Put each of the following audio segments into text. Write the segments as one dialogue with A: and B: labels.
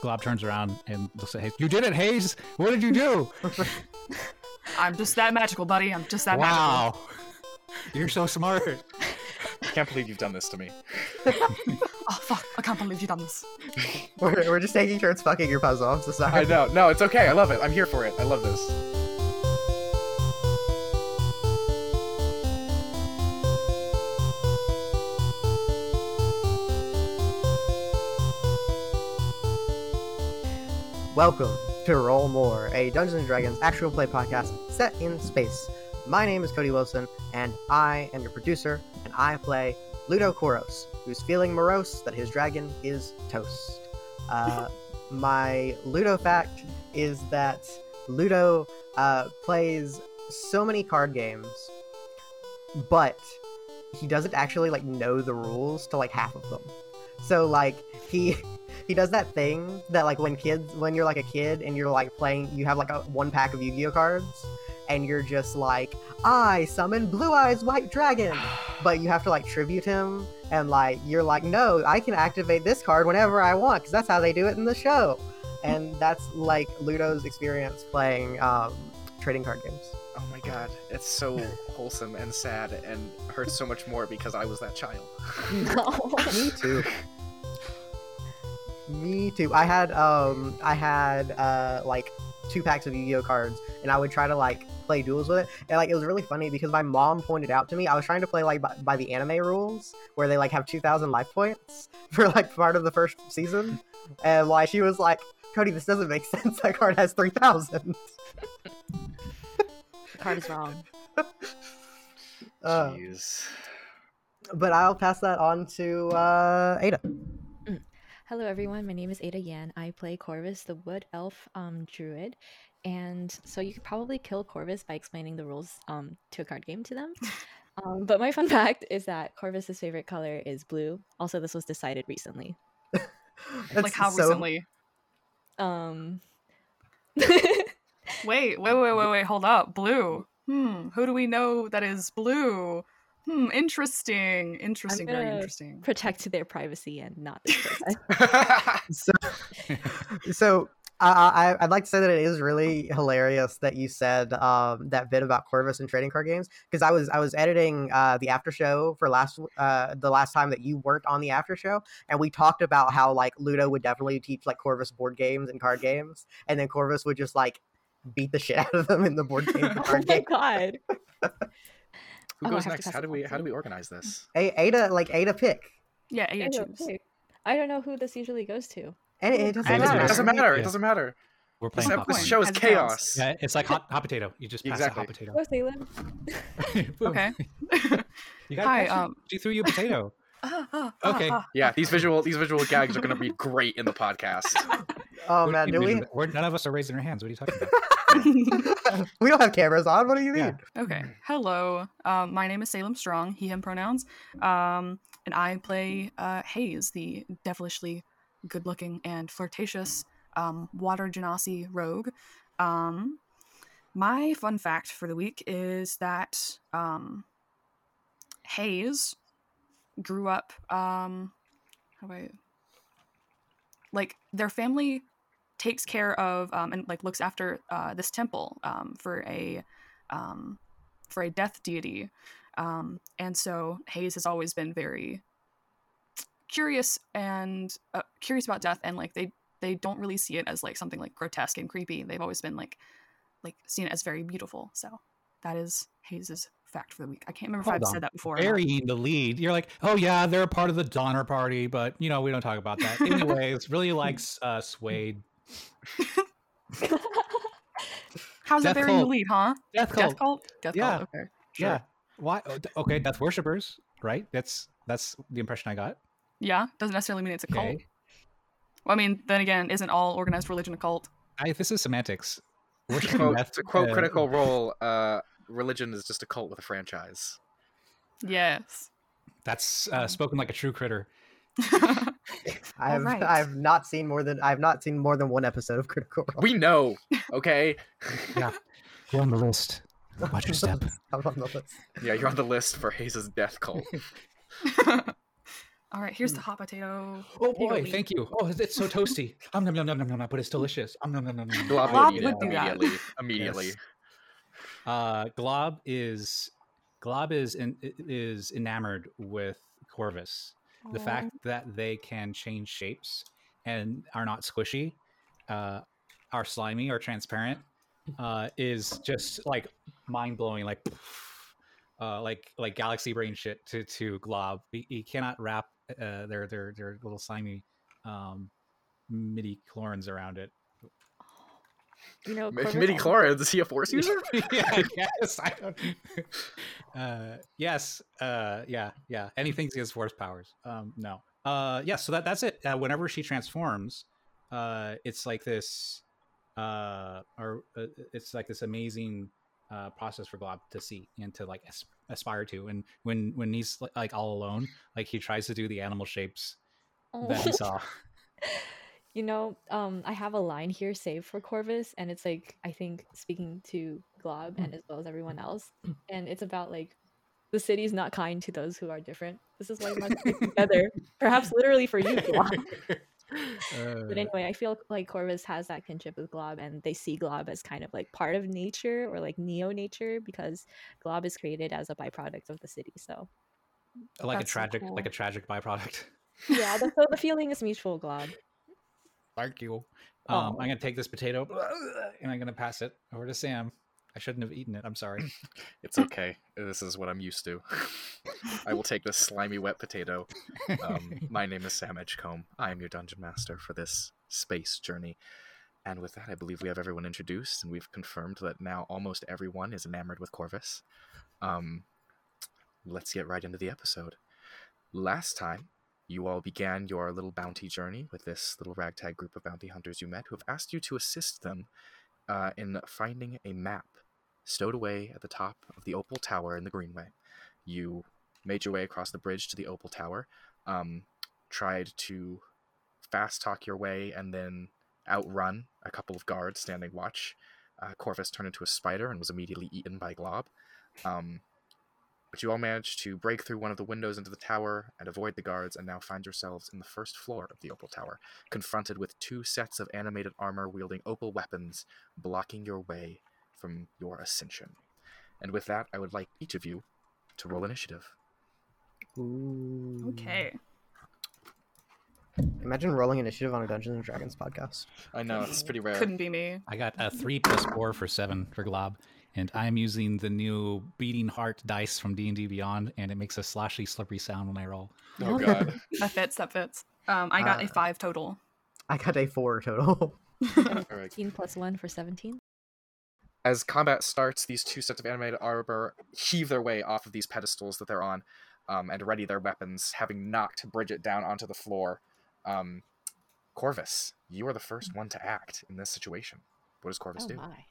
A: Glob turns around and looks at Hayes. You did it, Hayes. What did you do?
B: I'm just that magical, buddy. I'm just that magical.
A: wow, you're so smart.
C: I can't believe you've done this to me.
B: Oh fuck! I can't believe you done this.
D: We're, we're just taking turns fucking your puzzle. I'm so
C: I
D: sorry.
C: know. No, it's okay. I love it. I'm here for it. I love this.
D: Welcome to Roll More, a Dungeons and Dragons actual play podcast set in space. My name is Cody Wilson, and I am your producer, and I play Ludo Koros, who's feeling morose that his dragon is toast. Uh, my Ludo fact is that Ludo uh, plays so many card games, but he doesn't actually like know the rules to like half of them. So like he he does that thing that like when kids when you're like a kid and you're like playing you have like a one pack of Yu-Gi-Oh cards and you're just like I summon blue eyes white dragon but you have to like tribute him and like you're like no I can activate this card whenever I want cuz that's how they do it in the show and that's like Ludo's experience playing um trading card games
C: Oh my god, it's so wholesome and sad and hurts so much more because I was that child.
E: No.
D: Me too. Me too. I had um I had uh like two packs of Yu-Gi-Oh cards and I would try to like play duels with it. And like it was really funny because my mom pointed out to me I was trying to play like by, by the anime rules where they like have 2000 life points for like part of the first season. And like she was like, "Cody, this doesn't make sense. That card has 3000."
E: The card is wrong.
D: Uh,
C: Jeez.
D: but I'll pass that on to uh Ada.
E: Hello, everyone. My name is Ada Yan. I play Corvus, the wood elf um, druid. And so you could probably kill Corvus by explaining the rules um, to a card game to them. Um, but my fun fact is that Corvus's favorite color is blue. Also, this was decided recently.
B: like
D: That's
B: how
D: so-
B: recently?
E: Um,
B: Wait, wait, wait, wait, wait. Hold up. Blue. Hmm. Who do we know that is blue? Hmm. Interesting. Interesting. Very
E: gonna-
B: interesting.
E: protect their privacy and not their process.
D: so, so I, I, I'd like to say that it is really hilarious that you said um, that bit about Corvus and trading card games because I was I was editing uh, the after show for last uh, the last time that you weren't on the after show and we talked about how like Ludo would definitely teach like Corvus board games and card games and then Corvus would just like beat the shit out of them in the board game
E: oh
D: card
E: my
D: game.
E: god.
C: Who
E: Oh, I
C: goes
E: have to
C: next?
E: pass
C: How
E: it
C: do
E: on
C: we how
E: to-
C: do we organize this?
D: A- Ada like Ada pick
B: Yeah. Yeah.
E: I don't
B: Choose.
E: know. I don't know who this usually goes to.
D: and it, it doesn't
B: It
C: It
B: doesn't
C: doesn't,
D: matter.
B: matter.
C: matter. It
A: Yeah.
C: doesn't matter.
A: We're
C: This,
A: playing
C: ep-
A: hot
C: this
B: popcorn.
C: show is
B: As it counts.
C: chaos.
A: Yeah, it's like hot, hot potato. You just pass a hot potato.
E: Go, Salem.
A: Boom.
B: Okay.
A: You got
B: Hi.
A: Hi,
B: Um.
A: She threw you a potato.
B: ah, ah, ah,
A: Okay.
B: ah.
C: Yeah, these visual these visual gags are going to be great in the podcast.
D: Oh
A: What
D: man,
A: you
D: do
A: mean
D: we?
A: that- we're- none of us are raising our hands. What are you talking about?
D: we don't have cameras on. What do you mean?
A: Yeah.
B: Okay. Hello. Um, my name is Salem Strong, he, him pronouns. Um, and I play uh, Hayes, the devilishly good looking and flirtatious um, water genasi rogue. Um, my fun fact for the week is that um, Hayes grew up. Um, how do I. Like, their family takes care of um, and like looks after uh, this temple um, for a um, for a death deity. Um, and so Hayes has always been very curious and uh, curious about death, and like they they don't really see it as like something like grotesque and creepy. They've always been like like seen it as very beautiful. So that is Hayes's fact for the week. I can't remember
A: Hold
B: if I've
A: on.
B: said that before. or not.
A: Burying the lead. You're like, oh yeah, they're a part of the Donner Party, but you know we don't talk about that. Anyway, it's really like uh, suede.
B: How's that
A: Death
B: burying the
A: cult.
B: lead, huh?
A: Death
B: Death cult. Death
A: Yeah.
B: cult. Okay.
A: Yeah. Why? oh, d- Okay, death worshippers, right? That's that's the impression I got.
B: Yeah. Doesn't necessarily mean it's a cult.
A: Okay.
B: Well, I mean, then again, isn't all organized religion a cult?
A: I, this is semantics.
C: to
A: Worshiping
C: quote,
A: death,
C: to quote
A: uh,
C: Critical Role, uh, religion is just a cult with a franchise.
B: Yes.
A: That's uh, spoken like a true critter.
D: I've
B: right.
D: I've not seen more than I've not seen more than one episode of Critical Role.
C: We know, okay?
A: You're on the list. Watch your step.
D: I'm on the list.
C: Yeah, you're on the list for Hayes's death cult.
B: All right, here's the hot potato.
A: Oh
B: Potato
A: boy,
B: wheat.
A: thank you. Oh, it's- it's so toasty. Um, nom, nom, nom, nom, nom, nom, but it's delicious. Um, nom, nom, nom, nom, nom.
C: Glob
B: Glob
C: would eat
B: would
C: it
B: do that.
C: immediately. Immediately.
A: Yes. Uh, Glob is Glob is in, is enamored with Corvus. The
E: Oh,
A: fact that they can change shapes and are not squishy, uh, are slimy or transparent, uh, is just like mind blowing. Like, uh, like like galaxy brain shit to to Glob. He, he cannot wrap uh, their their their little slimy um, midi chlorins around it.
E: You know, Corvus
C: Midi
E: al-
C: Chlorine, is he a force user?
A: yeah, I guess. I don't... Uh, yes. Uh, yeah. Yeah. Anything that gives force powers. Um, no. Uh, yeah. So that that's it. Uh, whenever she transforms, uh, it's like this, uh, or uh, it's like this amazing uh, process for Glob to see and to like as- aspire to. And when when he's li- like all alone, like he tries to do the animal shapes that he
E: Oh.
A: saw.
E: You know, um, I have a line here saved for Corvus, and it's like I think speaking to Glob and as well as everyone else, and it's about like the city's not kind to those who are different. This is why we must stick together, perhaps literally for you, Glob. But
A: Uh,
E: anyway, I feel like Corvus has that kinship with Glob, and they see Glob as kind of like part of nature or like neo nature because Glob is created as a byproduct of the city. So
A: Uh, like a
B: That's so
A: tragic,
B: cool.
A: like a tragic byproduct.
E: yeah, the, so the feeling is mutual, Glob.
A: Thank you. Um,
E: Oh.
A: I'm gonna take this potato and I'm gonna pass it over to Sam. I shouldn't have eaten it. I'm sorry.
C: It's okay. This is what I'm used to. I will take this slimy wet potato. Um, my name is Sam Edgecombe. I am your dungeon master for this space journey. And with that, I believe we have everyone introduced, and we've confirmed that now almost everyone is enamored with Corvus. Um, let's get right into the episode. Last time, you all began your little bounty journey with this little ragtag group of bounty hunters you met who have asked you to assist them uh, in finding a map stowed away at the top of the Opal Tower in the Greenway. You made your way across the bridge to the Opal Tower, um, tried to fast talk your way, and then outrun a couple of guards standing watch. Uh, Corvus turned into a spider and was immediately eaten by Glob. Um, but you all managed to break through one of the windows into the tower and avoid the guards, and now find yourselves in the first floor of the Opal Tower, confronted with two sets of animated armor wielding opal weapons blocking your way from your ascension. And with that, I would like each of you to roll initiative.
B: Hmm. Okay.
D: Imagine rolling initiative on a Dungeons and Dragons podcast.
C: I know it's pretty rare.
B: Couldn't be me.
A: I got a three plus four for seven for Glob, and I'm using the new beating heart dice from D and D Beyond, and it makes a sloshy, slippery sound when I roll.
C: Oh god.
B: That fits. That fits. Um, I got a
D: Uh,
B: five total.
D: I got a four total.
C: All right.
E: 15 plus 1 for 17.
C: As combat starts, these two sets of animated arbor heave their way off of these pedestals that they're on, um, and ready their weapons, having knocked Bridget down onto the floor. Um, Corvus, you are the first one to act in this situation. What does Corvus
E: Mm. Oh
C: do?
E: my.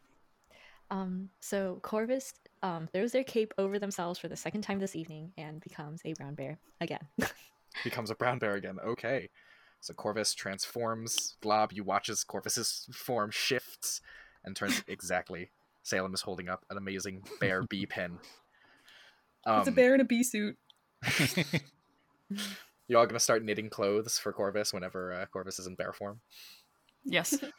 E: Um, so Corvus um, throws their cape over themselves for the second time this evening and becomes a brown bear again.
C: becomes a brown bear again. Okay. So Corvus transforms. Glob, you watch as Corvus's form shifts and turns exactly. Salem is holding up an amazing bear bee pin. Um,
B: in a bee suit.
C: You're all gonna start knitting clothes for Corvus whenever uh, Corvus is in bear form.
B: Yes.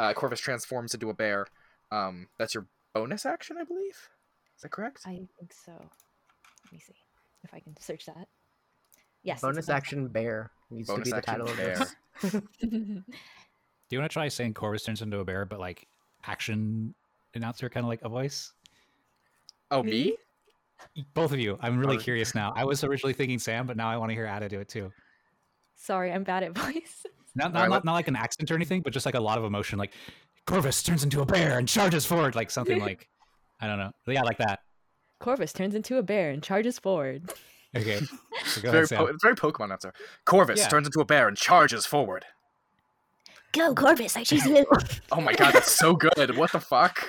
C: Uh, Corvus transforms into a bear. Um, that's your bonus action, I believe. Is that correct?
E: I think so. Let me see if I can search that. Yes. it's a
D: Bonus action bear needs to
C: bonus
D: be the
C: action
D: title of
C: bear.
D: this.
E: action.
A: Do you want to try saying Corvus turns into a bear, but like action announcer, kind of like a voice?
C: Oh,
E: Me?
C: me?
A: Both of you. I'm really
C: Or-
A: curious now. I was originally thinking Sam, but now I want to hear Ada do it too.
E: Sorry, I'm bad at voice.
A: Not not,
C: Alright,
A: not
C: let-
A: not like an accent or anything, but just like a lot of emotion. Like Corvus turns into a bear and charges forward, like something like I don't know. Yeah, like that.
E: Corvus turns into a bear and charges forward.
A: Okay. So go
C: Very
A: ahead,
C: po-
A: Sam.
C: it's very Pokemon answer. Corvus
A: Yeah.
C: turns into a bear and charges forward.
E: Go, Corvus! I choose you.
C: Oh my god, that's so good. What the fuck?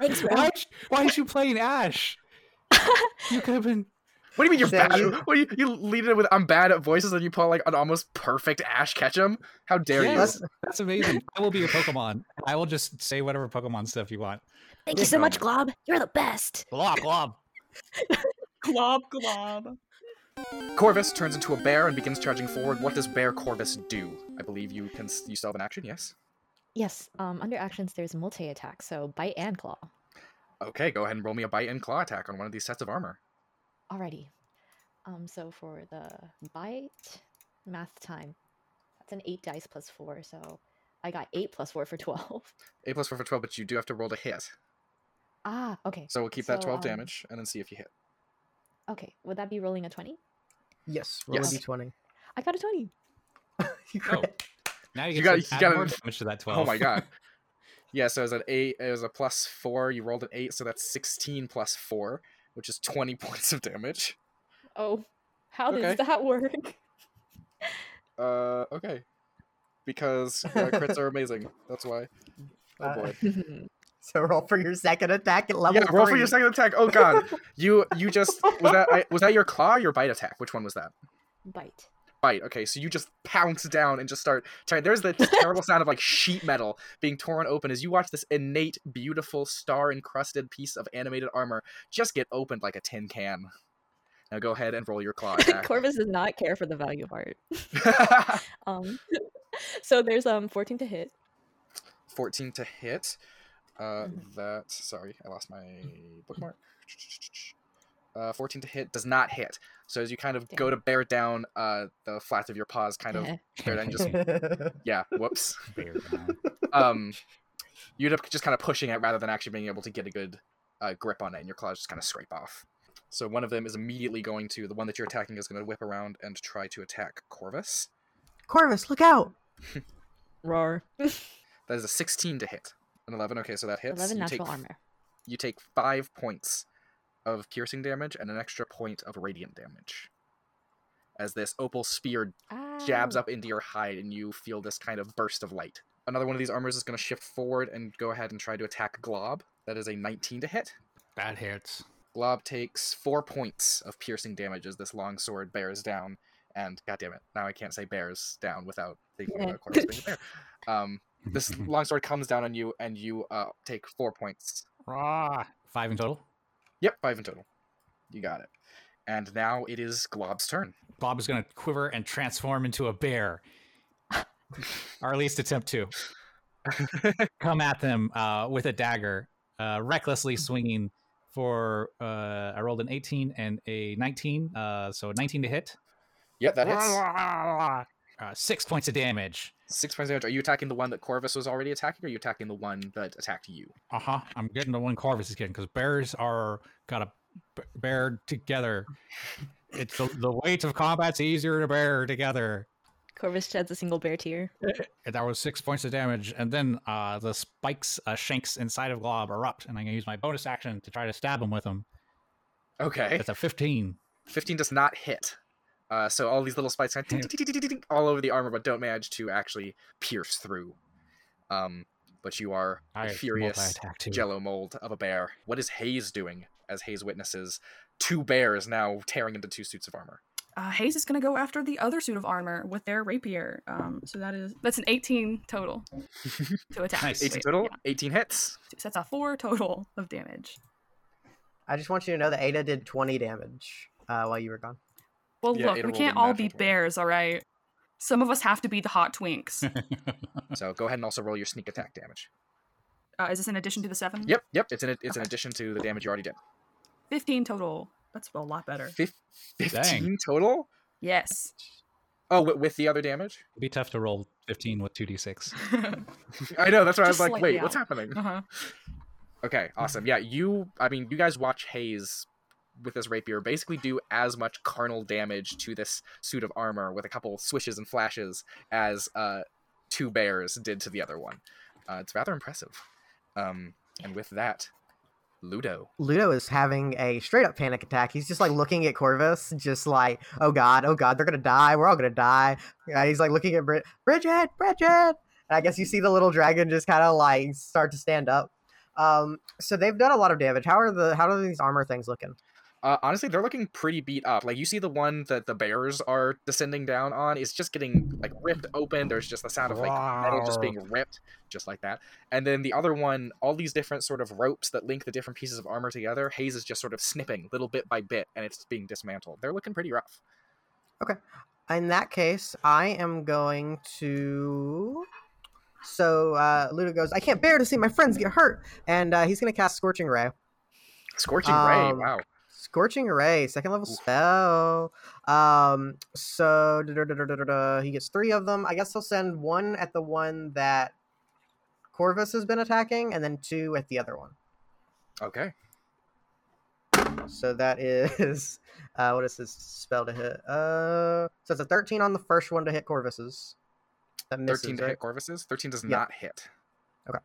E: Thanks, bro.
A: why, why is you playing Ash? You could have been.
C: What do you mean you're
D: Sam,
C: bad?
D: you-
C: at- What do you, you lead it with "I'm bad at voices" and you pull like an almost perfect Ash Ketchum? How dare
A: Yeah,
C: you?
A: that's-
D: Let's,
A: That's amazing. I will be your Pokemon. I will just say whatever Pokemon stuff you want.
E: Thank
C: you so much,
E: Glob. You're the best.
A: Glob, glob.
B: glob glob.
C: Corvus turns into a bear and begins charging forward. What does Bear Corvus do? I believe you can you still have an action. Yes.
E: Yes, um, under actions there's multi attack, so bite and claw.
C: Okay, go ahead and roll me a bite and claw attack on one of these sets of armor.
E: Alrighty. Um, so for the bite, math time. That's an eight dice plus four, so I got eight plus four for twelve.
C: A plus four for twelve, but you do have to roll to hit.
E: Ah, okay.
C: So we'll keep that
E: So,
C: twelve
E: um,
C: damage and then see if you hit.
E: Okay, would that be rolling a twenty?
D: Yes, roll
C: Yes.
D: a d20.
E: I got a twenty.
A: Oh,
D: You crit.
A: Now you,
C: You
A: get
C: gotta-
A: to
C: you
A: add
C: gotta-
A: more damage to that twelve.
C: Oh my god. yeah, so it was an eight. It was a plus four. You rolled an eight, so that's sixteen plus four, which is twenty points of damage.
E: Oh, how
C: Okay.
E: does that work?
C: Uh, okay. Because uh, crits are amazing. That's why. Oh
D: Uh,
C: boy.
D: So roll for your second attack at level
C: yeah, roll for
D: three.
C: your second attack. Oh god, you you just was that I, was that your claw or your bite attack? Which one was that?
E: bite.
C: Bite. Okay, so you just pounce down and just start. Tearing. There's the terrible sound of like sheet metal being torn open as you watch this innate, beautiful, star encrusted piece of animated armor just get opened like a tin can. Now go ahead and roll your claw attack.
E: Corvus does not care for the value of art. Um, so there's um fourteen to hit.
C: Fourteen to hit. Uh,
E: Mhm.
C: that sorry, I lost my bookmark. Uh, 14 to hit does not hit. So as you kind of go
E: Damn.
C: to bear down, uh, the flats of your paws kind of Fair and just yeah, whoops.
A: Bear down.
C: Um, you end up just kind of pushing it rather than actually being able to get a good uh, grip on it, and your claws just kind of scrape off. So one of them is immediately going to the one that you're attacking is going to whip around and try to attack Corvus.
D: Corvus, look out!
E: Roar.
C: That is a 16 to hit, an 11. Okay, so that hits.
E: Eleven
C: you take,
E: natural armor.
C: You take five points of piercing damage and an extra point of radiant damage. As this opal spear jabs
E: Ow.
C: up into your hide and you feel this kind of burst of light. Another one of these armors is going to shift forward and go ahead and try to attack Glob. That is a 19 to hit.
A: That hits.
C: Glob takes four points of piercing damage as this long sword bears down. And goddamn it, now I can't say bears down without thinking
E: Yeah.
C: about Corvus being a bear. Um, this long sword comes down on you and you uh, take four points.
A: Rah. Five in total.
C: Yep, five in total. You got it. And now it is Glob's turn.
A: Bob is going to quiver and transform into a bear, or at least attempt to. Come at them uh, with a dagger, uh, recklessly swinging for. Uh, I rolled an 18 and a 19, uh, so 19 to hit.
C: Yep, that hits.
A: Uh, six points of damage.
C: Six points of damage. Are you attacking the one that Corvus was already attacking, or are you attacking the one that attacked you?
A: Uh huh. I'm getting the one Corvus is getting because bears are got a b- bear together. It's the, the weight of combat's easier to bear together.
E: Corvus sheds a single bear tear.
A: And that was six points of damage, and then uh, the spikes, uh, shanks inside of Glob erupt, and I'm gonna use my bonus action to try to stab him with them.
C: Okay.
A: That's a 15.
C: 15 does not hit. Uh, so all these little spikes kind of all over the armor, but don't manage to actually pierce through. Um, but you are
A: I
C: a furious
A: attack too.
C: jello mold of a bear. What is Hayes doing as Hayes witnesses two bears now tearing into two suits of armor?
B: Uh, Hayes is going to go after the other suit of armor with their rapier. Um, so that is that's an 18 total to attack.
A: Nice.
C: 18
B: Wait,
C: total,
B: yeah.
C: 18 hits.
B: So that's a four total of damage.
D: I just want you to know that Ada did 20 damage uh, while you were gone.
B: Well,
C: Yeah,
B: look,
C: Ada
B: we
C: rolled
B: can't
C: a
B: all be
C: natural 20.
B: bears, all right. Some of us have to be the hot twinks.
C: So go ahead and also roll your sneak attack damage.
B: Uh, is this in addition to the seven?
C: Yep, yep. It's an it's an
B: Okay.
C: addition to the damage you already did.
B: 15 total. That's a lot better.
C: Fif-
A: Dang.
C: 15 total.
B: Yes.
C: Oh, wi- with the other damage.
A: It'd be tough to roll 15 with 2d6.
B: uh-huh.
C: I know. That's why I was
B: Just
C: like,
B: slightly
C: wait, what's
B: out.
C: happening? Okay, awesome. Yeah, you. I mean, you guys watch Hayes with this rapier basically do as much carnal damage to this suit of armor with a couple swishes and flashes as uh, two bears did to the other one. Uh, it's rather impressive. Um, and with that, Ludo.
D: Ludo is having a straight up panic attack. He's just like looking at Corvus, just like, oh god, oh god, they're gonna die. We're all gonna die. Uh, he's like looking at Brid- Bridget, Bridget. And I guess you see the little dragon just kind of like start to stand up. Um, so they've done a lot of damage. How are the how are these armor things looking?
C: Uh, honestly, they're looking pretty beat up. Like you see the one that the bears are descending down on is just getting like ripped open. There's just the sound of like metal
D: Oh.
C: just being ripped, just like that. And then the other one, all these different sort of ropes that link the different pieces of armor together. Hayes is just sort of snipping little bit by bit, and it's being dismantled. They're looking pretty rough.
D: In that case, I am going to. So uh, Ludo goes, I can't bear to see my friends get hurt. And uh, he's going to cast Scorching Ray.
C: Scorching ray.
D: Um,
C: Wow.
D: Scorching Ray, second level
C: Oof.
D: spell. Um, so da- da- da- da- da- da- da, he gets three of them. I guess he'll send one at the one that Corvus has been attacking, and then two at the other one.
C: Okay.
D: So that is uh, what is his spell to hit? Uh, so it's a thirteen on the first one to hit Corvus's. That misses,
C: Thirteen to
D: right?
C: hit Corvuses. Thirteen does
D: Yeah.
C: not hit.
D: Okay.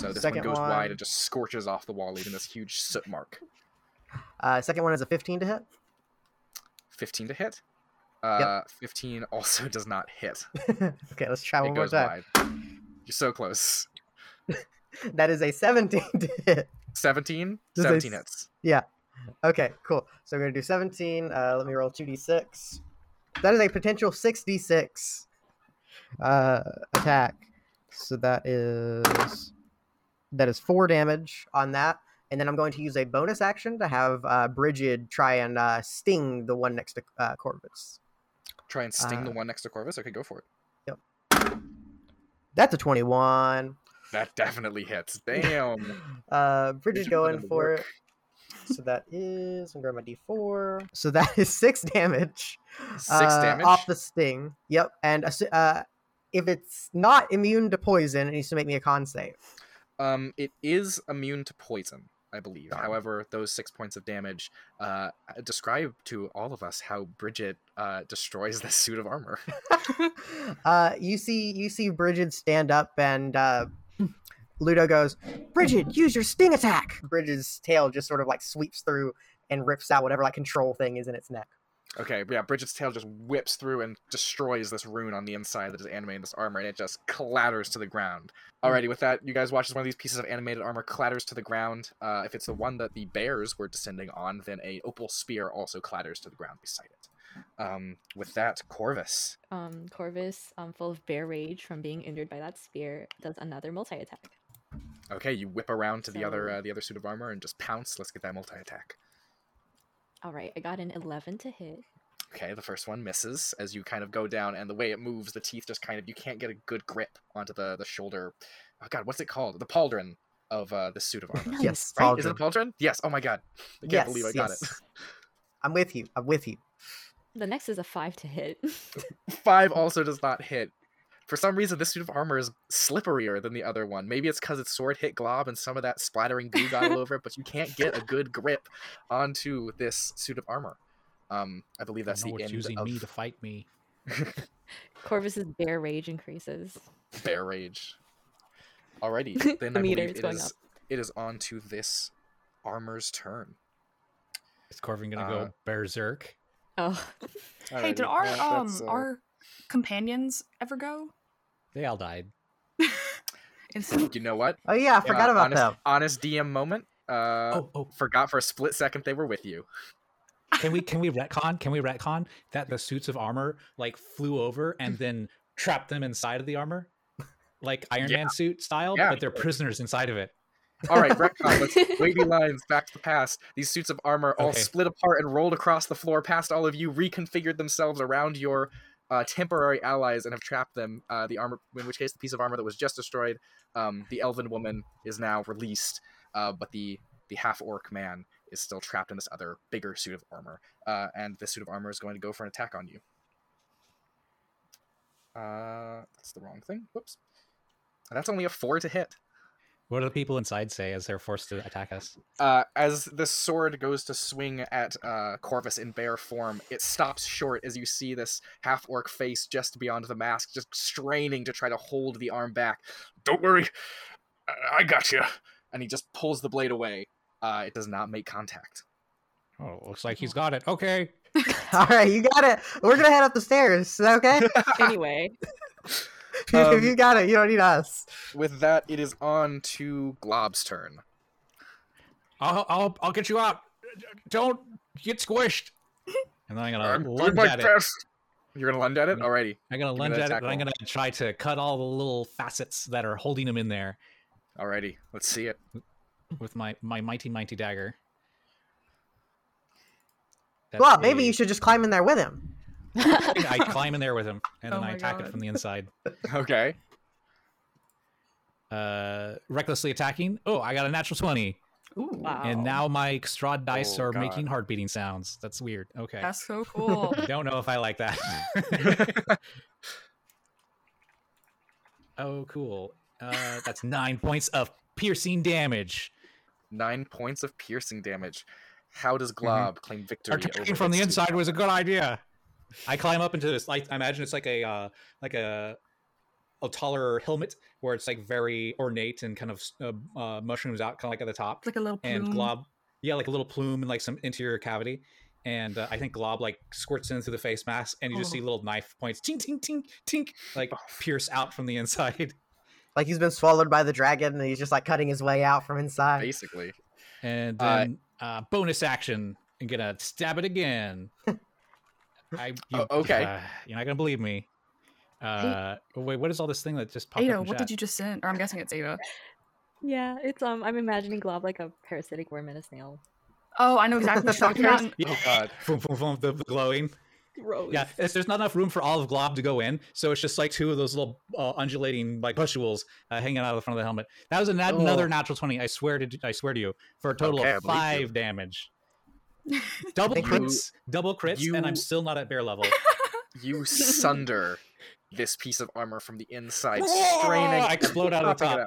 C: So this
D: Second
C: one goes
D: one.
C: wide and just scorches off the wall, leaving this huge soot mark.
D: Uh, second one is a fifteen to hit.
C: Fifteen to hit. Uh, fifteen also does not hit.
D: okay, let's try one
C: it
D: more
C: goes
D: time.
C: wide. You're so close.
D: That is a seventeen to hit.
C: 17?
D: Does they
C: 17
D: s-
C: hits.
D: Okay, cool. So we're gonna do 17. Uh, let me roll 2d6. That is a potential 6d6 uh, attack. So that is that is four damage on that, and then I'm going to use a bonus action to have uh, Brigid try and uh, sting the one next to uh, Corvus.
C: Try and sting the
D: Uh,
C: one next to Corvus. Okay, go for it.
D: That's a 21.
C: That definitely hits. Damn.
D: Uh,
C: Brigid
D: Brigid
C: put
D: going
C: in the
D: for
C: work.
D: it. So that is I'm grabbing my d4. So that is six damage.
C: Six
D: uh,
C: damage.
D: off the sting. Yep, and assu- uh, if it's not immune to poison, it needs to make me a con save.
C: Um, it is immune to poison, I believe.
D: Darn.
C: However, those six points of damage uh, describe to all of us how Bridget uh, destroys this suit of armor.
D: uh, you see, you see Bridget stand up, and uh, Ludo goes, "Bridget, use your sting attack." Bridget's tail just sort of like sweeps through and rips out whatever like control thing is in its neck.
C: okay, yeah, Bridget's tail just whips through and destroys this rune on the inside that is animating this armor, and it just clatters to the ground. Alrighty, with that, you guys watch as one of these pieces of animated armor clatters to the ground. Uh, if it's the one that the bears were descending on, then a opal spear also clatters to the ground beside it. Um, with that, Corvus.
E: Um, Corvus, um, full of bear rage from being injured by that spear, does another multi attack.
C: Okay, you whip around to the other
E: So-
C: uh, the other suit of armor and just pounce. Let's get that multi attack.
E: All right, I got an 11 to hit.
C: Okay, the first one misses as you kind of go down, and the way it moves, the teeth just kind of you can't get a good grip onto the the shoulder. Oh God, what's it called? The pauldron of uh, the suit of armor.
E: Nice.
D: Yes,
C: Right? Is it a
D: Aldrin.
C: pauldron? Yes. Oh my God, I can't believe I got
D: I'm with you. I'm with you.
E: The next is a 5 to hit.
C: it. Five also does not hit. For some reason, this suit of armor is slipperier than the other one. Maybe it's because its sword hit glob and some of that splattering goo got all over it, but you can't get a good grip onto this suit of armor. Um, I believe that's
A: no
C: the
A: one's
C: end
A: using
C: of
A: me to fight me.
E: Corvus's bear rage increases.
C: bear rage. Alrighty, then
E: The
C: I
E: meter
C: believe
E: is
C: it
E: going
C: is,
E: up.
C: it is on to this armor's turn.
A: Is Corvin gonna
C: Uh,
A: go berserk?
E: Oh,
B: hey, did
C: Alrighty,
B: our
C: well,
B: um
C: that's, uh,
B: our companions ever go?
A: They all died.
B: It's
C: you know what?
D: Oh yeah, I forgot
C: Uh,
D: about
C: honest,
D: them.
C: Honest DM moment. Uh,
A: oh, oh,
C: Forgot for a split second they were with you.
A: can we can we retcon? Can we retcon that the suits of armor like flew over and then trapped them inside of the armor, like Iron
C: Yeah.
A: Man suit style,
C: Yeah,
A: but they're prisoners inside of it.
C: All right, retcon. Let's wavy lines back to the past. These suits of armor all
A: Okay.
C: split apart and rolled across the floor past all of you, reconfigured themselves around your uh, temporary allies, and have trapped them. Uh, the armor, in which case, the piece of armor that was just destroyed, um, the elven woman is now released, uh, but the the half orc man is still trapped in this other bigger suit of armor, uh, and this suit of armor is going to go for an attack on you. Uh, that's the wrong thing. Whoops. That's only a four to hit.
A: What do the people inside say as they're forced to attack us?
C: uh, as the sword goes to swing at uh, Corvus in bare form, it stops short as you see this half orc face just beyond the mask, just straining to try to hold the arm back. Don't worry, I- I got you. And he just pulls the blade away. Uh, it does not make contact.
A: Oh, looks like he's got it. Okay.
D: All right, you got it. We're gonna head up the stairs. Is that okay?
E: anyway,
D: If you-
C: Um,
D: if you got it, you don't need us.
C: With that, it is on to Glob's turn.
A: I'll I'll, I'll get you out. Don't
F: Get squished.
A: And then I'm gonna
C: I'm doing
A: lunge
C: my
A: Uh, at it.
C: best. Mm-hmm. You're gonna lunge at it?
A: No.
C: Alrighty.
A: I'm gonna
C: me
A: lunge
C: that
A: at it, and I'm
C: tackle.
A: gonna try to cut all the little facets that are holding him in there
C: Alrighty. Let's see it.
A: with my my mighty mighty dagger. That's
D: Glob, maybe
A: a-
D: you should just climb in there with him.
A: I climb in there with him, and
B: Oh
A: then I
B: my
A: attack it
B: God.
A: from the inside.
C: Okay.
A: Uh, recklessly attacking. Oh, I got a natural twenty,
B: Ooh,
E: Wow.
A: and now my Strahd dice
C: Oh,
A: are
C: God.
A: making heart beating sounds. That's weird. Okay,
B: that's so cool.
A: I don't know if I like that. oh, cool. Uh, that's nine points of piercing damage.
C: Nine points of piercing damage. How does Glob claim victory?
A: Attacking
C: over
A: Mm-hmm. from the
C: its
A: inside
C: two-
A: was a good idea. I climb up into this. Like, I imagine it's like a uh, like a a taller helmet where it's like very ornate and kind of uh, uh, mushrooms out, kind of like at the top.
B: It's like a little plume.
A: and glob yeah like a little plume and like some interior cavity and uh, i think glob like squirts in through the face mask and you just
B: Oh.
A: see little knife points tink tink tink tink like pierce out from the inside
D: Like he's been swallowed by the dragon and he's just like cutting his way out from inside.
C: Basically.
A: and
C: Uh,
A: then uh, bonus action i'm gonna stab it again i you-
C: Oh, okay.
A: uh, you're not gonna believe me uh oh, wait what is all this thing that just popped up
B: Ada,
A: in
B: what
A: chat?
B: did you just send? Or I'm guessing it's Ada.
E: yeah, it's um. I'm imagining Glob like a parasitic worm and a snail.
B: Oh, I know exactly what you're talking about.
A: yeah.
C: Oh god.
A: Vroom, vroom, vroom, the, the glowing
E: Gross.
A: Yeah, it's, there's not enough room for all of Glob to go in, so it's just like two of those little uh, undulating like pustules uh, hanging out of the front of the helmet. That was an, another
C: Oh.
A: natural twenty. I swear to I swear to you, for a total
C: Okay, I
A: of
C: believe you.
A: five damage. Double
D: Thank
C: you.
A: crits, double crits, and I'm
C: You-
A: still not at bear level.
C: You sunder this piece of armor from the inside, straining.
A: I explode out of the
C: popping it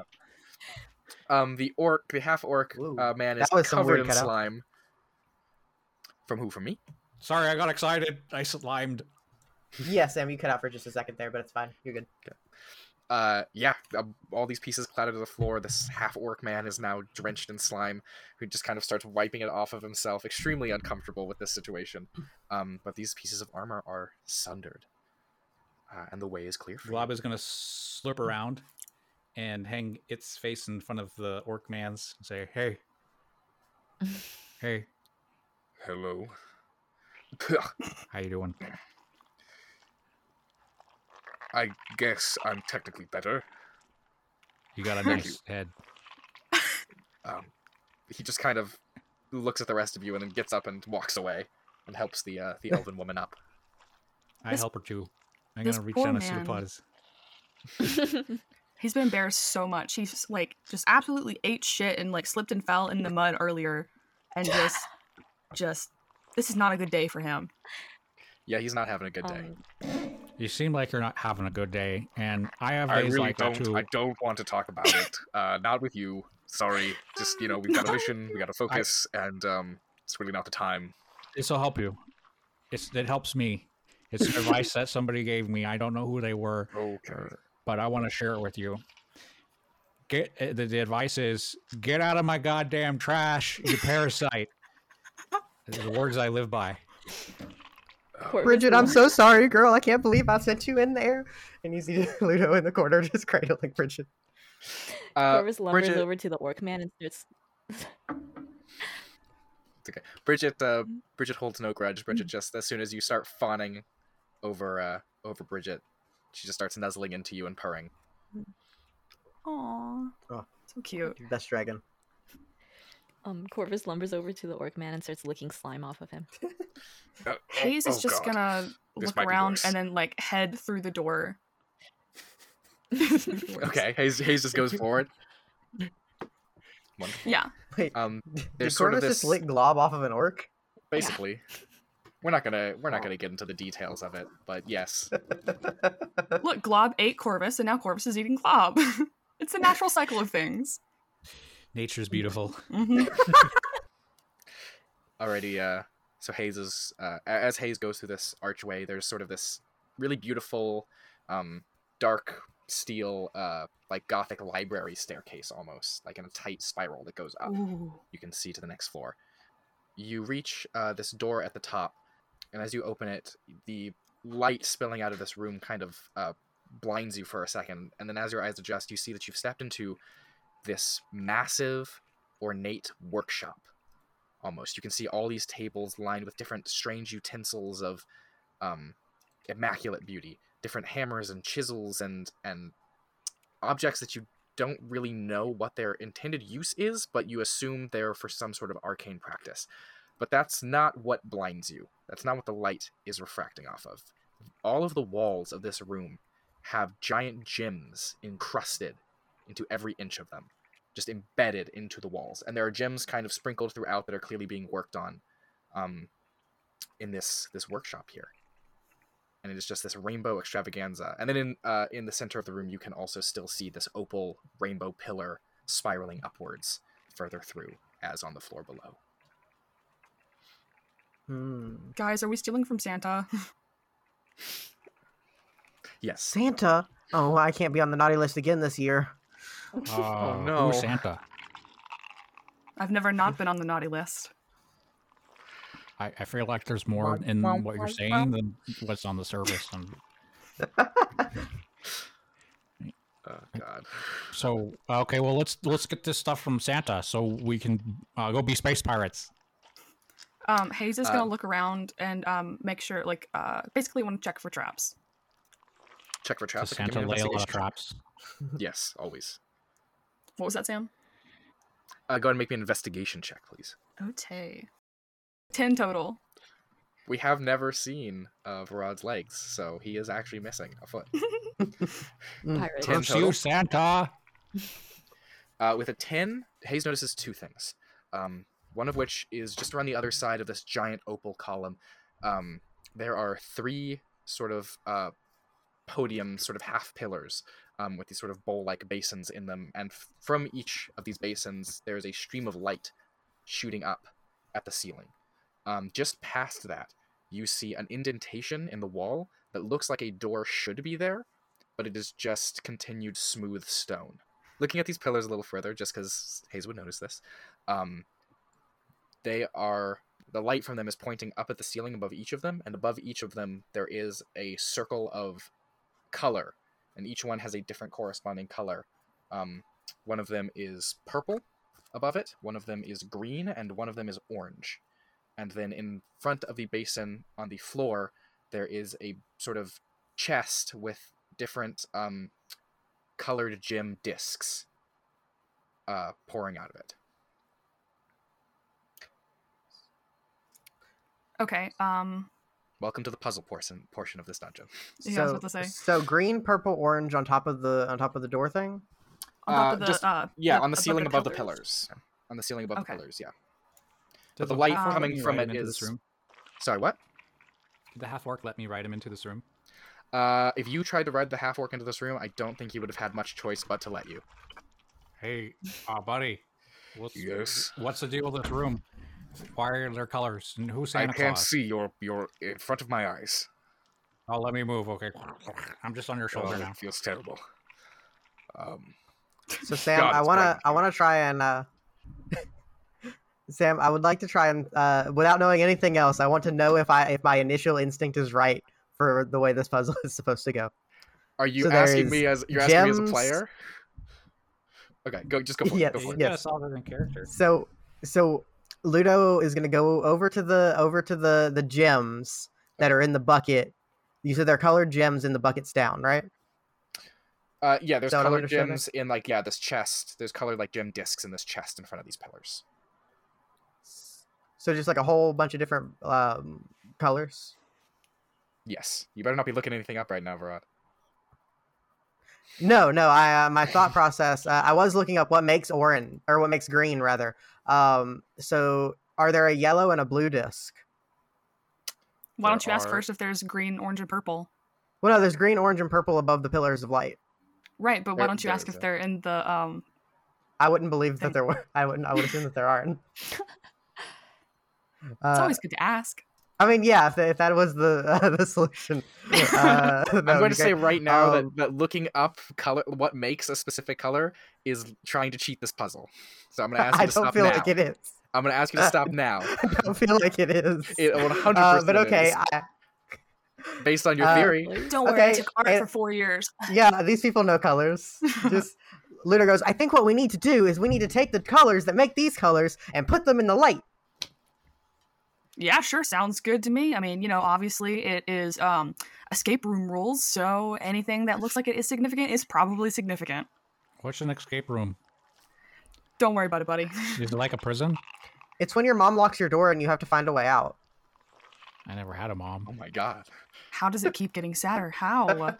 A: top.
C: out. Um, the orc, the half orc
D: Whoa.
C: uh, man
D: That
C: is
D: was some
C: covered
D: weird
C: in
D: cutout.
C: slime. From who? From me?
A: Sorry, I got excited. I slimed.
D: Yeah, Sam, you cut out for just a second there, but it's fine. You're good.
C: uh yeah uh, all these pieces clatter to the floor this half orc man is now drenched in slime who just kind of starts wiping it off of himself extremely uncomfortable with this situation um but these pieces of armor are sundered uh, and the way is clear for you.
A: Glob is gonna slurp around and hang its face in front of the orc man's and say, "Hey, hey,
C: hello
A: how you doing?"
C: i guess i'm technically better
A: You got a nice head.
C: um he just kind of looks at the rest of you and then gets up and walks away and helps the uh, the elven woman up
A: I
B: This-
A: help her too. I'm
B: this
A: gonna reach
B: poor
A: down and see
B: man.
A: the pods.
B: He's been embarrassed so much. He's like just absolutely ate shit and like slipped and fell in the mud earlier, and just, just this is not a good day for him.
C: yeah he's not having a good day
E: Um,
A: You seem like you're not having a good day, and I have
C: I
A: days
C: really
A: like
C: don't.
A: that too.
C: I don't want to talk about it. Uh, not with you. Sorry. Just you know, we've got a mission. We got to focus, and um, it's really not the time.
A: This will help you. It's it helps me. It's advice that somebody gave me. I don't know who they were,
C: Okay.
A: but I want to share it with you. Get uh, the, the advice is get out of my goddamn trash, you parasite. the words I live by.
E: Corvus
D: Bridget, I'm
E: worm.
D: so sorry, girl. I can't believe I sent you in there. And you see Ludo in the corner just cradling Bridget.
C: Uh,
E: Corvus lumbers
C: Bridget-
E: over to the orc man and starts.
C: it's okay. Bridget. Uh,
B: Mm-hmm.
C: Bridget holds no grudge. Bridget just as soon as you start fawning over uh, over Bridget, she just starts nuzzling into you and purring.
B: Aww,
D: Oh.
B: so cute.
D: Best dragon.
E: Um, Corvus lumbers over to the orc man and starts licking slime off of him.
C: Uh, oh-
B: Hayes is
C: oh
B: just
C: God.
B: gonna
C: This
B: look
C: might be
B: around
C: worse.
B: and then like head through the door.
C: Okay. Hayes. Hayes just goes forward. Wonderful.
B: Yeah.
D: Wait,
C: Um,
D: did
C: there's sort of
D: Corvus
C: this
D: just lick glob off of an orc?
C: basically. We're not gonna we're not gonna get into the details of it, but yes,
B: Look, Glob ate Corvus, and now Corvus is eating Glob. it's a natural cycle of things.
A: Nature's beautiful.
B: Mhm.
C: already uh so Hayes is uh a- as Hayes goes through this archway, there's sort of this really beautiful um dark steel uh like gothic library staircase almost, like in a tight spiral that goes up.
B: Ooh.
C: You can see to the next floor. You reach uh this door at the top, and as you open it, the light spilling out of this room kind of uh blinds you for a second, and then as your eyes adjust, you see that you've stepped into this massive ornate workshop almost. You can see all these tables lined with different strange utensils of um, immaculate beauty, different hammers and chisels and and objects that you don't really know what their intended use is, but you assume they're for some sort of arcane practice. But that's not what blinds you. That's not what the light is refracting off of. All of the walls of this room have giant gems encrusted into every inch of them, just embedded into the walls. And there are gems kind of sprinkled throughout that are clearly being worked on um, in this this workshop here. And it is just this rainbow extravaganza. And then in uh, in the center of the room, you can also still see this opal rainbow pillar spiraling upwards further through as on the floor below.
D: Hmm.
B: Guys, are we stealing from Santa?
C: Yes.
D: Santa? Oh, I can't be on the naughty list again this year.
A: Oh,
C: no.
A: ooh, Santa.
B: I've never not been on the naughty list.
A: I, I feel like there's more in what you're saying than what's on the service. And
C: Oh God.
A: so, okay, well let's let's get this stuff from Santa so we can uh, go be space pirates.
B: Um, Hayes is
C: Uh,
B: gonna look around and um, make sure, like, uh, basically want to check for traps.
C: Check for
A: Does
C: traps.
A: Santa lay a lot of traps?
C: Yes, always.
B: What was that, Sam?
C: Uh, go ahead and make me an investigation check, please.
B: Okay. Ten total.
C: We have never seen uh, Varad's legs, so he is actually missing a foot. Hmm.
D: Mm.
E: Pirate.
C: Ten
A: Pursue
C: total?
A: Santa.
C: Uh, with a 10, Hayes notices two things. Um, one of which is just around the other side of this giant opal column. Um, there are three sort of uh, podium, sort of half pillars um, with these sort of bowl like basins in them. And f- from each of these basins, there is a stream of light shooting up at the ceiling. Um, just past that, you see an indentation in the wall that looks like a door should be there, but it is just continued smooth stone looking at these pillars a little further, just because Hayes would notice this, um, they are the light from them is pointing up at the ceiling above each of them, and above each of them there is a circle of color, and each one has a different corresponding color. Um, one of them is purple above it, one of them is green, and one of them is orange. And then in front of the basin on the floor, there is a sort of chest with different um, colored gem discs uh, pouring out of it.
B: Okay. Um,
C: Welcome to the puzzle portion portion of this dungeon.
B: Yeah, I was about to say.
D: So green, purple, orange on top of the on top of the door thing.
B: on top
C: Uh,
B: of the,
C: just-
B: uh,
C: Yeah,
B: the-
C: on the ceiling above the
B: pillars.
C: pillars. On the ceiling above
B: Okay.
C: the pillars. Yeah. But the light
B: half orc
C: coming
A: Let me
C: from
A: write him
C: it
A: into
C: is.
A: this room.
C: Sorry, what?
A: Did the half orc let me ride him into this room?
C: Uh, if you tried to ride the half orc into this room, I don't think you would have had much choice but to let you.
A: Hey, uh, buddy. What's,
C: Yes?
A: What's the deal with this room? Why are there colors? And who's Santa Claus?
C: You're you're in eh, front of my eyes.
A: Oh, let me move. Okay, I'm just on your shoulder now.
C: Oh, feels terrible. Um,
D: So Sam,
C: God,
D: I
C: it's
D: wanna
C: bright.
D: I wanna try and uh Sam, I would like to try and uh without knowing anything else, I want to know if I if my initial instinct is right for the way this puzzle is supposed to go.
C: are you
D: So there
C: asking
D: is
C: me as you're asking me as
D: gems-
C: a player? Okay, go just go for it.
D: Yeah,
C: go for
A: You
C: it.
A: gotta solve it in character.
D: So so Ludo is gonna go over to the over to the the gems that are in the bucket. You said they're colored gems in the buckets down, right?
C: Uh, yeah, there's
D: that what I'm
C: colored
D: understanding?
C: gems in like yeah this chest. There's colored like gem discs in this chest in front of these pillars.
D: So just like a whole bunch of different um colors.
C: Yes, you better not be looking anything up right now, Varad.
D: No, no. I uh, my thought process. Uh, I was looking up what makes orange or what makes green rather. Um, so are there a yellow and a blue disc?
B: Why
C: There
B: don't you ask
C: are-
B: first if there's green, orange, and purple?
D: Well, no. There's green, orange, and purple above the pillars of light.
B: Right, but why
C: There-
B: don't you
C: there
B: ask
C: is
B: if
C: a-
B: they're in the um?
D: I wouldn't believe that
B: Thank-
D: there were. I wouldn't. I would assume that there aren't.
B: It's
D: Uh,
B: always good to ask.
D: I mean, yeah. If, if that was the uh, the solution, uh, that
C: I'm
D: would
C: going
D: be
C: to say
D: great.
C: right now
D: Um,
C: that, that looking up color, what makes a specific color, is trying to cheat this puzzle. So I'm going to ask you
D: I
C: to
D: don't
C: stop
D: feel
C: now.
D: like it is.
C: I'm going to ask you to stop now.
D: I don't feel like it is.
C: It 100.
D: Uh,
C: percent
D: but okay. I,
C: based on your
D: uh,
C: theory,
B: Don't worry, I
D: Okay,
B: took art
D: and-
B: for four years.
D: yeah, these people know colors. Just Ludo goes, I think what we need to do is we need to take the colors that make these colors and put them in the light.
B: Yeah, sure. Sounds good to me. I mean, you know, obviously it is um, escape room rules, so anything that looks like it is significant is probably significant.
A: What's an escape room?
B: Don't worry about it, buddy.
A: Is it like a prison?
D: It's when your mom locks your door and you have to find a way out.
A: I never had a mom.
C: Oh my god.
B: How does it keep getting sadder? How?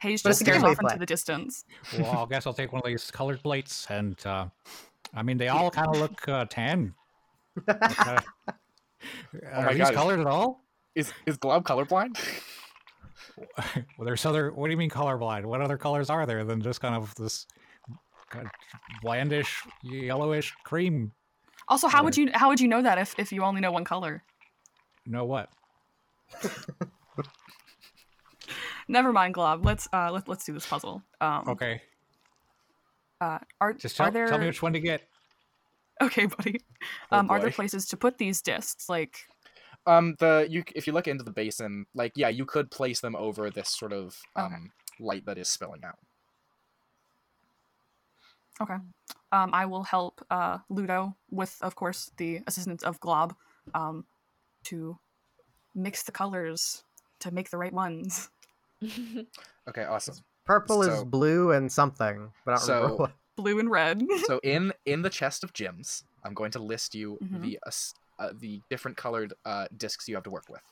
B: Hayes
D: But
B: just
D: it's a
B: stares
D: gateway
B: off into
D: play.
B: the distance.
A: Well, I guess I'll take one of these colored plates, and uh, I mean, they all kind of look uh, tan. Uh,
C: Oh my
A: Are these
C: God.
A: colored at all?
C: Is is Glob colorblind?
A: Well, there's other. What do you mean colorblind? What other colors are there than just kind of this kind of blandish, yellowish cream?
B: Also, how would you how would you know that if, if you only know one color?
A: You know what?
B: Never mind, Glob. Let's uh let, let's do this puzzle. Um,
A: Okay,
B: Uh, are
A: just
B: are
A: tell,
B: there
A: tell me which one to get.
B: okay, buddy?
C: Oh
B: Um, are there
C: boy.
B: places to put these discs? Like
C: Um, the you c- if you look into the basin, like yeah, you could place them over this sort of
B: Okay.
C: um light that is spilling out.
B: Okay. Um, I will help uh, Ludo with, of course, the assistance of Glob um, to mix the colors to make the right ones.
C: Okay, awesome.
D: Purple is
C: So-
D: blue and something, but I don't remember
C: So-
D: what.
B: Blue and red.
C: so in in the chest of gems, I'm going to list you
B: Mhm.
C: the as- uh, the different colored uh, discs you have to work with.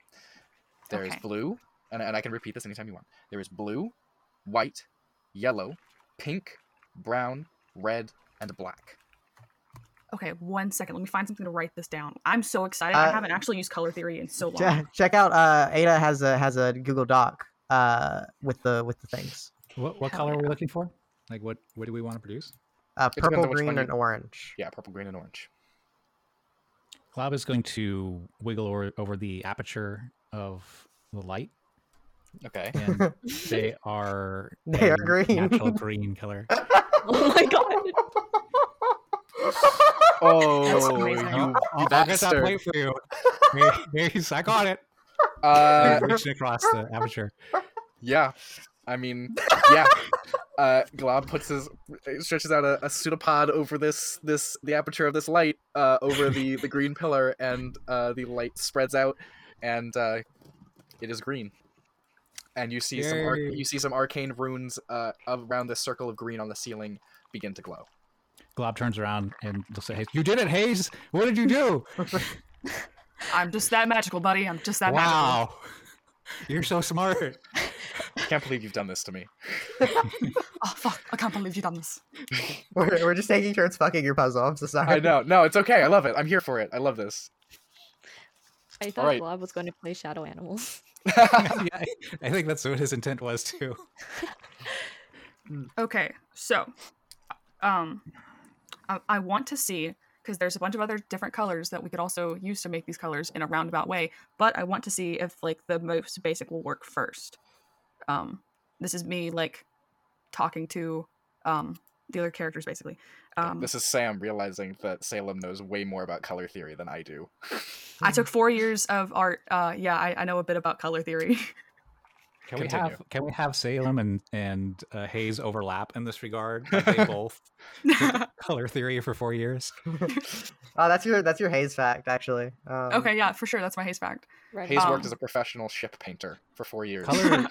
C: There is
B: Okay.
C: blue, and, and I can repeat this anytime you want. There is blue, white, yellow, pink, brown, red, and black.
B: okay, one second. Let me find something to write this down. I'm so excited. I
D: Uh,
B: haven't actually used color theory in so long.
D: Che- check out uh, Ada has a has a Google Doc uh, with the with the things.
A: What, what
B: Hell
A: color are we looking for? Like, what what do we want to produce?
D: Uh,
C: depends
D: purple,
C: on which one
D: green,
C: you-
D: and orange.
C: Yeah, purple, green, and orange.
A: Glob is going to wiggle over, over the aperture of the light,
C: Okay.
A: and they are
D: They
A: a
D: are green.
A: natural green color.
E: oh my god.
C: Oh,
B: amazing.
C: you
A: I'll, I'll get that
C: bastard.
A: plate for you. There- there's- I got it.
C: Uh,
A: reaching across the aperture.
C: Yeah, I mean, yeah. Uh, Glob puts his stretches out a, a pseudopod over this this the aperture of this light uh, over the the green pillar, and uh, the light spreads out, and uh, it is green. And you see some arc-
A: Yay.
C: you see some arcane runes uh, around this circle of green on the ceiling begin to glow.
A: Glob turns around and they'll say, "Hayes, you did it, Hayes! What did you do?
B: I'm just that magical, buddy. I'm just that magical.
A: wow, you're so smart."
C: I can't believe you've done this to me.
B: Oh, fuck. I can't believe you done this.
D: We're, we're just taking turns fucking your puzzle. I'm so sorry.
C: I know. No, it's okay. I love it. I'm here for it. I love this.
E: I thought
C: right.
E: Blob was going to play Shadow Animals.
A: yeah, I- I think that's what his intent was too.
B: Okay, so, um, I, I want to see because there's a bunch of other different colors that we could also use to make these colors in a roundabout way. But I want to see if like the most basic will work first. Um, this is me like talking to um the other characters basically. Um,
C: this is Sam realizing that Salem knows way more about color theory than I do.
B: I took four years of art. Uh, yeah, I, I know a bit about color theory.
A: Can
C: Continue.
A: we have can we have Salem and and uh, Hayes overlap in this regard? Like they both took color theory for four years.
D: Oh, that's your that's your haze fact actually. Um,
B: okay, yeah, for sure. That's my haze fact.
E: Right.
C: Hayes
B: Um,
C: worked as a professional ship painter for four years.
A: Color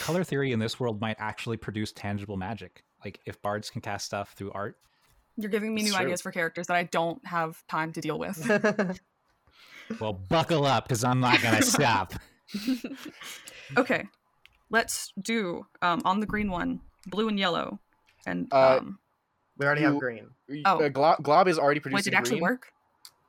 A: color theory in this world might actually produce tangible magic. Like if bards can cast stuff through art,
B: You're giving me
C: It's
B: new
C: true.
B: ideas for characters that I don't have time to deal with.
A: well, buckle up because I'm not gonna stop.
B: Okay, let's do um, on the green one, blue and yellow, and
C: Uh,
B: um,
D: we already
C: You-
D: have green.
C: Y-
B: Oh.
C: uh, Glob, Glob is already
B: wait,
C: producing
B: did it actually
C: green.
B: work?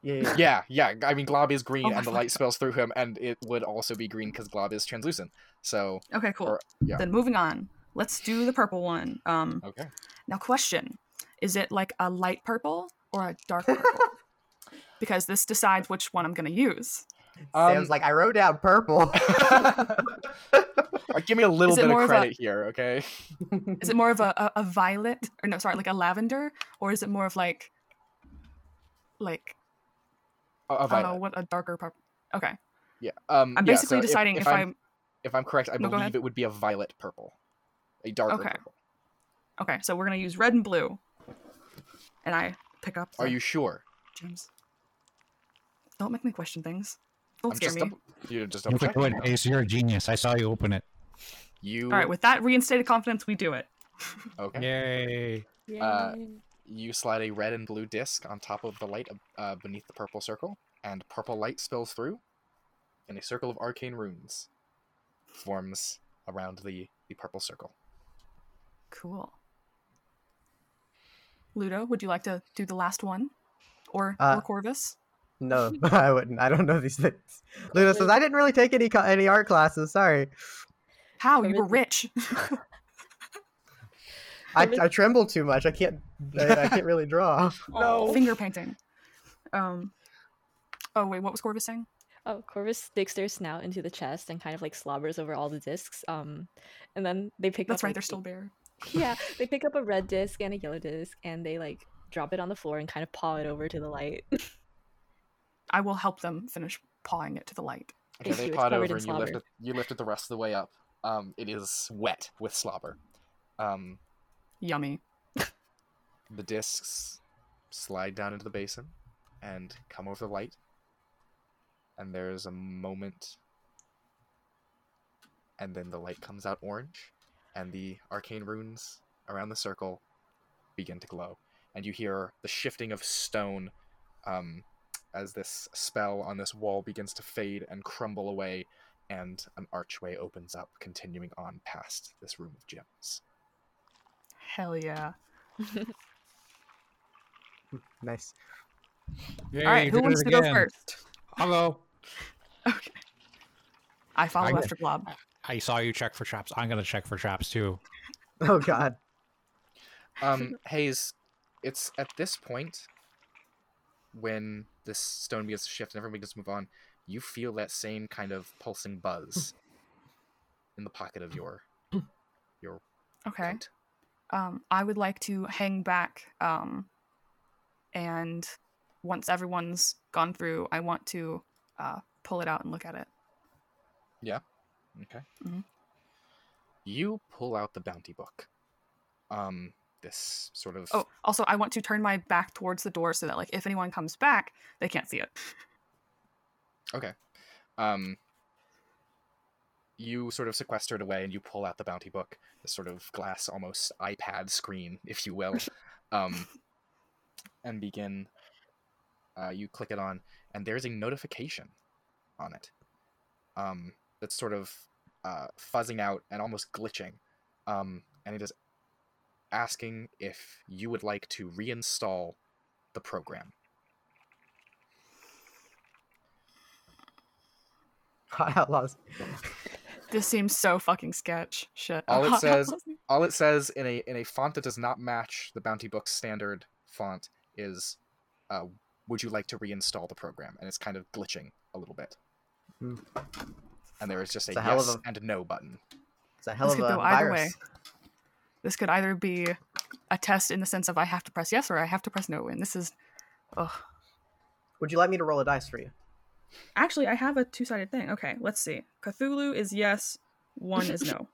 D: Yeah, yeah. yeah.
C: Yeah, yeah. I mean, Glob is green,
B: Oh my
C: and the
B: fuck.
C: light spells through him, and it would also be green because Glob is translucent. So,
B: Okay, cool.
C: Or- yeah.
B: Then moving on, let's do the purple one. Um,
C: okay.
B: now question: Is it like a light purple or a dark purple? because this decides which one I'm gonna use.
C: Um,
D: Sam's like I wrote down purple.
C: uh, give me a little
B: Is it
C: bit
B: more
C: of
B: of a-
C: credit here, okay?
B: Is it more of a, a, a violet, or no, sorry, like a lavender, or is it more of like, like
C: A, a
B: I don't know
C: violet.
B: what a darker purple? Okay,
C: Yeah. Um,
B: I'm
C: yeah,
B: basically
C: so if-
B: deciding
C: if,
B: if,
C: I'm,
B: I'm
C: if I'm correct. I
B: No, go ahead.
C: believe it would be a violet purple, a darker
B: Okay.
C: purple.
B: Okay, so we're gonna use red and blue. And I pick up.
C: Are
B: the
C: you sure?
B: gems. Don't make me question things. Don't
C: I'm
B: scare
C: just
B: me.
C: double, you're just double
A: You're like,
C: checking.
A: good, Ace, you're a genius. I saw you open it.
C: You
B: All right, with that reinstated confidence, we do it.
C: okay?
A: Yay.
C: Uh,
E: Yay.
C: You slide a red and blue disc on top of the light ab- uh, beneath the purple circle, and purple light spills through, and a circle of arcane runes forms around the, the purple circle.
B: Cool. Ludo, would you like to do the last one, or
D: Uh,
B: or Corvus?
D: No, I wouldn't. I don't know these things. Luna says I didn't really take any co- any art classes. Sorry,
B: How you
E: Corvus-
B: were rich?
D: I,
E: Corvus-
D: I tremble too much. I can't I, I can't really draw.
C: No.
B: Finger painting. Um. Oh wait, what was Corvus saying?
E: Oh, Corvus sticks their snout into the chest and kind of like slobbers over all the discs. Um, and then they pick
B: That's
E: up.
B: right,
E: like,
B: they're still there.
E: Yeah, they pick up a red disc and a yellow disc, and they like drop it on the floor and kind of paw it over to the light.
B: I will help them finish pawing it to the light.
C: Okay,
E: Yes,
C: they
E: she was
C: pawed
E: covered
C: over
E: in
C: and you lift,
E: slobber.
C: it, you lift it the rest of the way up. Um, it is wet with slobber. Um,
B: Yummy.
C: the discs slide down into the basin and come over the light. And there's a moment. And then the light comes out orange, and the arcane runes around the circle begin to glow. And you hear the shifting of stone um, as this spell on this wall begins to fade and crumble away, and an archway opens up, continuing on past this room of gems.
B: Hell yeah.
D: Nice.
A: Yay,
B: All right, who
A: did it
B: wants to go
A: again.
B: first?
A: Hello.
B: Okay. I follow
A: I-
B: after Glob.
A: I saw you check for traps. I'm going to check for traps too.
D: Oh God.
C: Um, Hayes, it's at this point when this stone begins to shift and everyone begins to move on, you feel that same kind of pulsing buzz in the pocket of your your
B: Okay.
C: coat.
B: Um, I would like to hang back. Um, and once everyone's gone through, I want to uh, pull it out and look at it.
C: Okay.
B: Mhm.
C: You pull out the bounty book. Um, this sort of
B: Oh, also, I want to turn my back towards the door so that, like, if anyone comes back, they can't see it.
C: um you sort of sequester it away and you pull out the bounty book this sort of glass almost ipad screen if you will um and begin uh, you click it on and there's a notification on it um that's sort of uh, fuzzing out and almost glitching um and it is asking if you would like to reinstall the program
D: Hot outlaws.
B: This seems so fucking sketch. Shit.
C: All it says- all it says in a in a font that does not match the bounty book standard font is uh, would you like to reinstall the program and it's kind of glitching a little bit
D: Hmm.
C: and there is just a
D: It's a hell of
C: yes
D: a-
C: and no button
D: It's a hell
B: This
D: of
B: could
D: a
B: go either
D: virus.
B: way. This could either be a test in the sense of I have to press yes or I have to press no, and this is. Ugh.
D: Would you like me to roll a dice for you?
B: Actually, I have a two sided thing. Okay, let's see. Cthulhu is yes, one is no.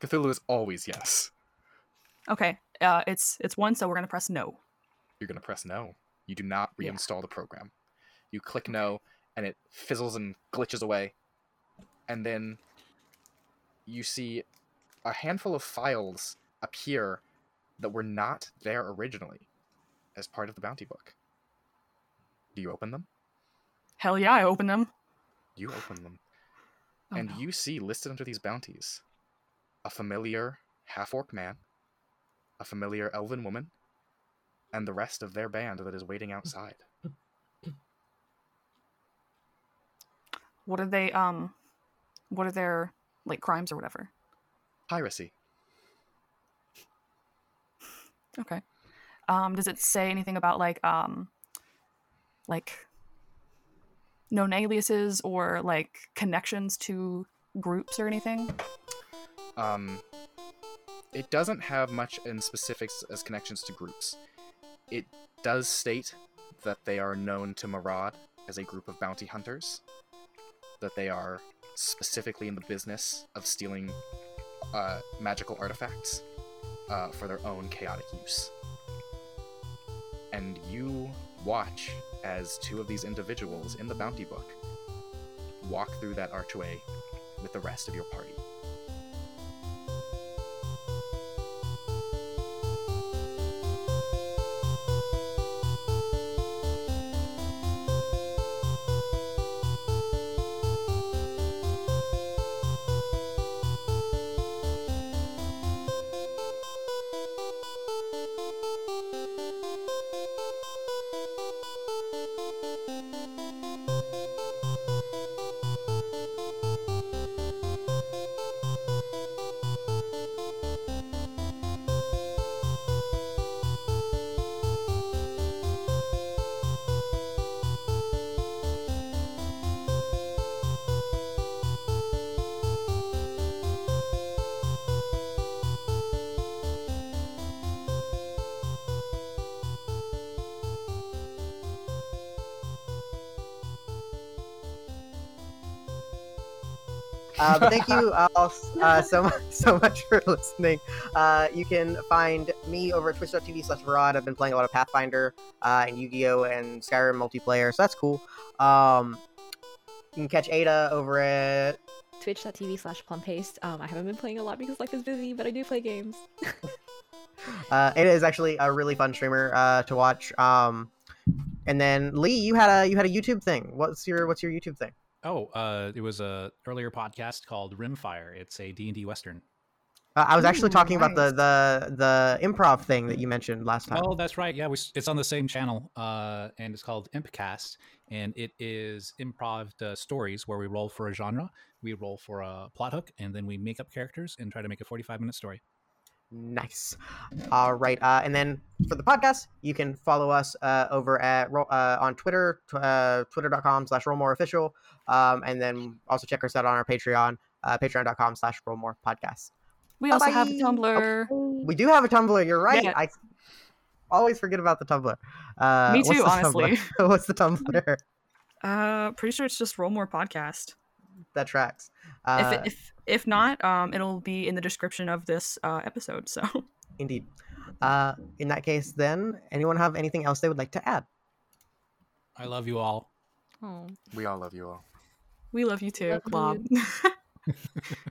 C: cthulhu is always yes
B: Okay, uh, it's it's one, so we're gonna press no.
C: you're going to press no you do not
B: Yeah.
C: reinstall the program you click no and it fizzles and glitches away and then you see a handful of files appear that were not there originally as part of the bounty book. Do you open them?
B: Hell yeah, I open them.
C: You open them.
B: Oh,
C: and
B: no.
C: you see listed under these bounties a familiar half orc man, a familiar elven woman, and the rest of their band that is
B: Hmm.
C: waiting outside.
B: What are they? Um, what are their like crimes or whatever?
C: Piracy.
B: Okay. Um, does it say anything about like um, like known aliases or like connections to groups or anything?
C: um, it doesn't have much in specifics as connections to groups. It does state that they are known to Marad as a group of bounty hunters, that they are specifically in the business of stealing uh, magical artifacts uh, for their own chaotic use. and you watch as two of these individuals in the bounty book walk through that archway with the rest of your party.
D: Uh, but thank you all uh, so much, so much for listening. Uh, you can find me over at twitch.tv slash Verod. I've been playing a lot of Pathfinder uh, and Yu-Gi-Oh! and Skyrim multiplayer, so that's cool. Um, you can catch Ada over at
E: Twitch.tv slash plumpaste. Um, I haven't been playing a lot because life is busy, but I do play games.
D: uh, Ada is actually a really fun streamer uh, to watch. Um, and then Lee, you had a you had a YouTube thing. What's your what's your YouTube thing?
A: Oh, uh, it was a earlier podcast called Rimfire. It's a D and D western.
D: Uh, I was actually
B: Ooh,
D: talking
B: nice.
D: about the, the the improv thing that you mentioned last time.
A: Oh, that's right. Yeah, we, s- it's on the same channel, uh, and it's called Impcast, and it is improv uh, stories where we roll for a genre, we roll for a plot hook, and then we make up characters and try to make a forty-five minute story.
D: Nice. All right. Uh, and then for the podcast, you can follow us uh, over at Ro- uh, on Twitter, tw- uh, twitter.com slash rollmoreofficial. Um, and then also check us out on our Patreon, uh, patreon.com slash rollmorepodcast.
B: We also have a
D: Bye-bye.
B: Tumblr.
D: We do have a Tumblr. You're right.
B: Yeah.
D: I always forget about the Tumblr. Uh,
B: Me
D: what's
B: too,
D: the Tumblr?
B: honestly.
D: what's the Tumblr?
B: Uh, pretty sure it's just Roll More Podcast.
D: that tracks. Uh,
B: if, if if not, um, it'll be in the description of this uh, episode. So
D: Indeed. Uh, in that case, then, anyone have anything else they would like to add?
A: I love you all.
E: Oh.
C: We all love you all.
B: we love you too,
E: Love you.
B: Glob.